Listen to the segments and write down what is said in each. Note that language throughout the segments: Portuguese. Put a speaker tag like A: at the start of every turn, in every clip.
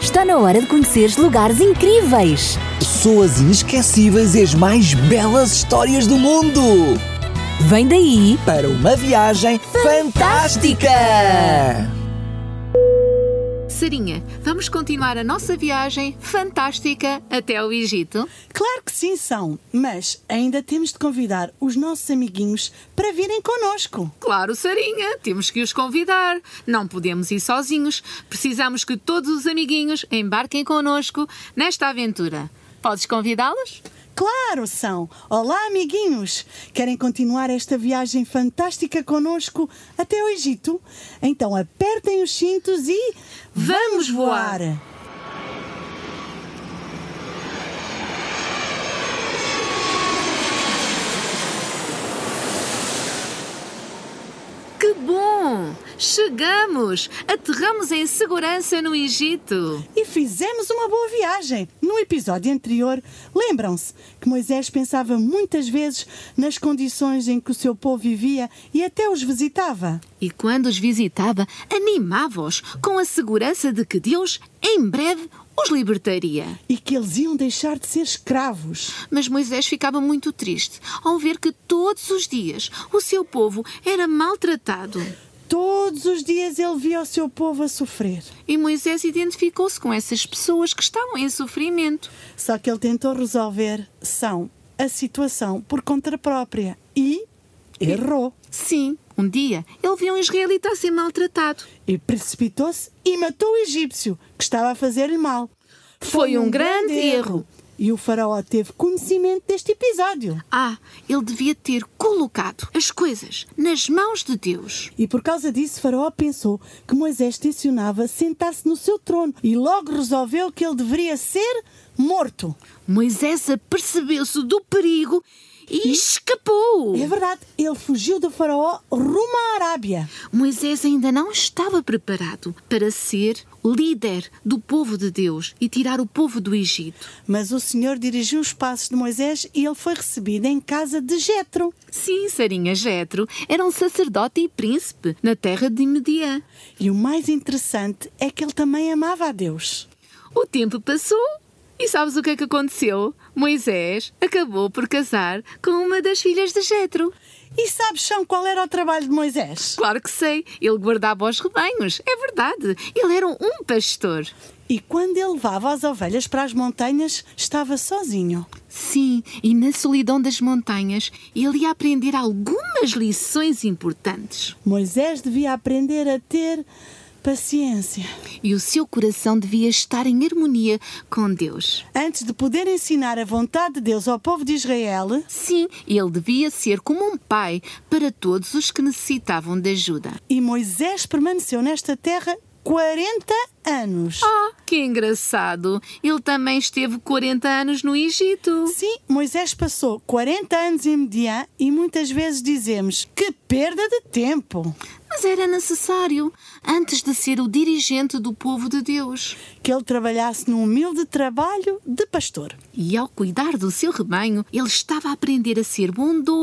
A: Está na hora de conheceres lugares incríveis.
B: Pessoas inesquecíveis e as mais belas histórias do mundo!
A: Vem daí,
B: Para uma viagem fantástica!
C: Sarinha, vamos continuar a nossa viagem fantástica até o Egito?
D: Claro que sim são, mas ainda temos de convidar os nossos amiguinhos para virem connosco.
C: Claro, Sarinha, temos que os convidar. Não podemos ir sozinhos. Precisamos que todos os amiguinhos embarquem connosco nesta aventura. Podes convidá-los?
D: Claro são. Olá, amiguinhos. Querem continuar esta viagem fantástica connosco até o Egito? Então apertem os cintos e
C: Vamos voar. Que bom! Chegamos! Aterramos em segurança no Egito.
D: E fizemos uma boa viagem. No episódio anterior, lembram-se que Moisés pensava muitas vezes nas condições em que o seu povo vivia e até os visitava.
C: E quando os visitava, animava-os com a segurança de que Deus, em breve, os libertaria.
D: e que eles iam deixar de ser escravos.
C: Mas Moisés ficava muito triste ao ver que todos os dias o seu povo era maltratado.
D: Todos os dias ele via o seu povo a sofrer.
C: E Moisés identificou-se com essas pessoas que estavam em sofrimento.
D: Só que ele tentou resolver são a situação por conta própria e errou.
C: Sim, um dia ele viu um israelita a ser maltratado.
D: E precipitou-se e matou o egípcio que estava a fazer-lhe mal.
C: Foi um grande erro.
D: E o faraó teve conhecimento deste episódio.
C: Ah, ele devia ter colocado as coisas nas mãos de Deus.
D: E por causa disso, Faraó pensou que Moisés tensionava sentar-se no seu trono e logo resolveu que ele deveria ser morto.
C: Moisés apercebeu-se do perigo e escapou.
D: É verdade, ele fugiu do faraó rumo à Arábia.
C: Moisés ainda não estava preparado para ser líder do povo de Deus e tirar o povo do Egito.
D: Mas o Senhor dirigiu os passos de Moisés e ele foi recebido em casa de Jetro.
C: Sim, Sarinha Jetro era um sacerdote e príncipe na terra de Mediã.
D: E o mais interessante é que ele também amava a Deus.
C: O tempo passou e sabes o que é que aconteceu? Moisés acabou por casar com uma das filhas de Jetro.
D: E sabes, Chão, qual era o trabalho de Moisés?
C: Claro que sei, ele guardava os rebanhos, é verdade. Ele era um pastor.
D: E quando ele levava as ovelhas para as montanhas, estava sozinho.
C: Sim, e na solidão das montanhas ele ia aprender algumas lições importantes.
D: Moisés devia aprender a ter paciência.
C: E o seu coração devia estar em harmonia com Deus.
D: Antes de poder ensinar a vontade de Deus ao povo de Israel,
C: Sim, ele devia ser como um pai para todos os que necessitavam de ajuda.
D: e Moisés permaneceu nesta terra 40 anos.
C: Ah, que engraçado! Ele também esteve 40 anos no Egito.
D: Sim, Moisés passou 40 anos em Mediã e muitas vezes dizemos que perda de tempo
C: Mas era necessário, antes de ser o dirigente do povo de Deus.
D: que ele trabalhasse num humilde trabalho de pastor,
C: E ao cuidar do seu rebanho, ele estava a aprender a ser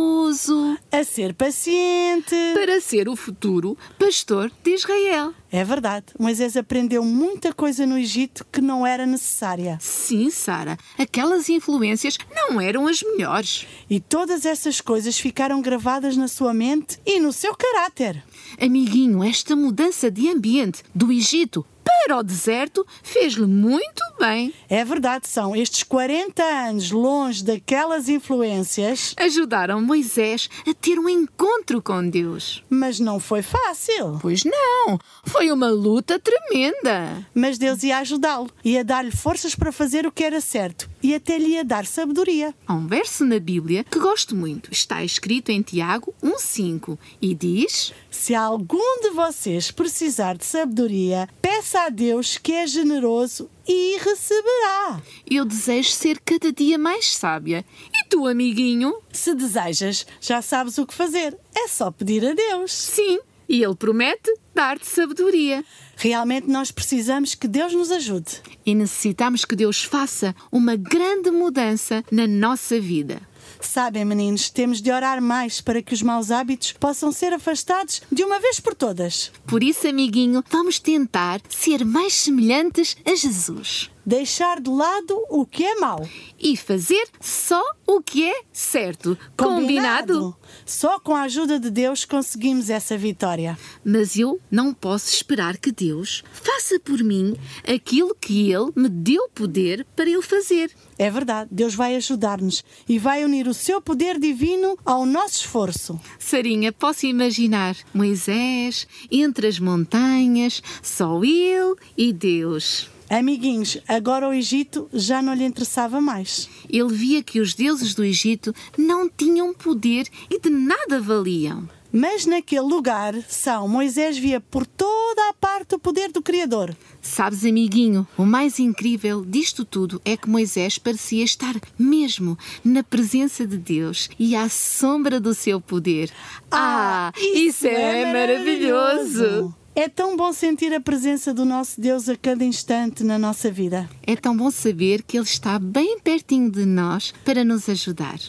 C: bondoso.
D: a ser paciente.
C: para ser o futuro pastor de Israel.
D: É verdade, Moisés aprendeu muita coisa no Egito que não era necessária.
C: Sim, Sara, aquelas influências não eram as melhores.
D: E todas essas coisas ficaram gravadas na sua mente e no seu caráter.
C: Amiguinho, esta mudança de ambiente do Egito para o deserto fez-lhe muito bem.
D: É verdade, são estes 40 anos longe daquelas influências,
C: Ajudaram Moisés a ter um encontro com Deus.
D: mas não foi fácil.
C: Pois não, foi uma luta tremenda.
D: mas Deus ia ajudá-lo, ia dar-lhe forças para fazer o que era certo e até lhe ia dar sabedoria.
C: Há um verso na Bíblia que gosto muito. Está escrito em Tiago 1,5 e diz:
D: Se algum de vocês precisar de sabedoria, peça a Deus que é generoso e receberá.
C: Eu desejo ser cada dia mais sábia. E tu, amiguinho?
D: Se desejas, já sabes o que fazer. É só pedir a Deus.
C: Sim, e ele promete dar-te sabedoria.
D: Realmente nós precisamos que Deus nos ajude.
C: E necessitamos que Deus faça uma grande mudança na nossa vida.
D: Sabem, meninos, temos de orar mais para que os maus hábitos possam ser afastados de uma vez por todas.
C: Por isso, amiguinho, vamos tentar ser mais semelhantes a Jesus
D: Deixar de lado o que é mau.
C: e fazer só o que é certo. Combinado?
D: Só com a ajuda de Deus conseguimos essa vitória.
C: Mas eu não posso esperar que Deus faça por mim aquilo que Ele me deu poder para eu fazer.
D: É verdade, Deus vai ajudar-nos e vai unir o seu poder divino ao nosso esforço.
C: Sarinha, posso imaginar Moisés entre as montanhas, só ele e Deus.
D: Amiguinhos, agora o Egito já não lhe interessava mais.
C: Ele via que os deuses do Egito não tinham poder e de nada valiam.
D: Mas naquele lugar, São Moisés via por toda a parte o poder do Criador.
C: Sabes, amiguinho, o mais incrível disto tudo é que Moisés parecia estar mesmo na presença de Deus e à sombra do seu poder. Ah, isso é maravilhoso!
D: É tão bom sentir a presença do nosso Deus a cada instante na nossa vida.
C: É tão bom saber que Ele está bem pertinho de nós para nos ajudar.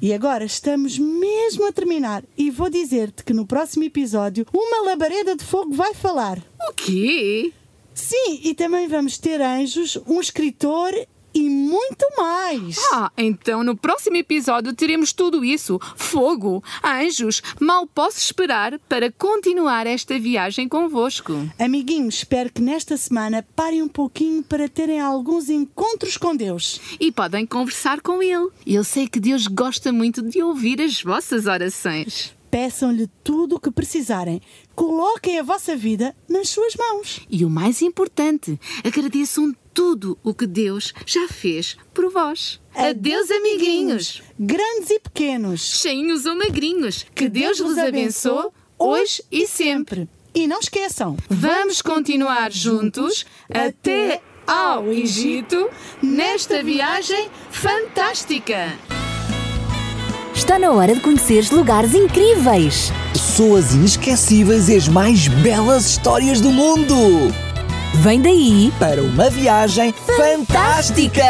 D: E agora estamos mesmo a terminar e vou dizer-te que no próximo episódio uma labareda de fogo vai falar.
C: O quê?
D: Sim, e também vamos ter anjos, um escritor e muito mais.
C: Ah, então no próximo episódio teremos tudo isso: fogo, anjos. Mal posso esperar para continuar esta viagem convosco.
D: Amiguinhos, espero que nesta semana parem um pouquinho para terem alguns encontros com Deus.
C: E podem conversar com Ele. Eu sei que Deus gosta muito de ouvir as vossas orações.
D: Peçam-lhe tudo o que precisarem. Coloquem a vossa vida nas suas mãos.
C: E o mais importante, agradeçam tudo o que Deus já fez por vós. Adeus, amiguinhos!
D: Grandes e pequenos.
C: Cheinhos ou magrinhos, que Deus vos abençoe hoje e sempre.
D: E não esqueçam.
C: Vamos continuar juntos até ao Egito nesta viagem fantástica!
A: Está na hora de conheceres lugares incríveis.
B: Pessoas inesquecíveis e as mais belas histórias do mundo.
A: Vem daí!
B: Para uma viagem fantástica.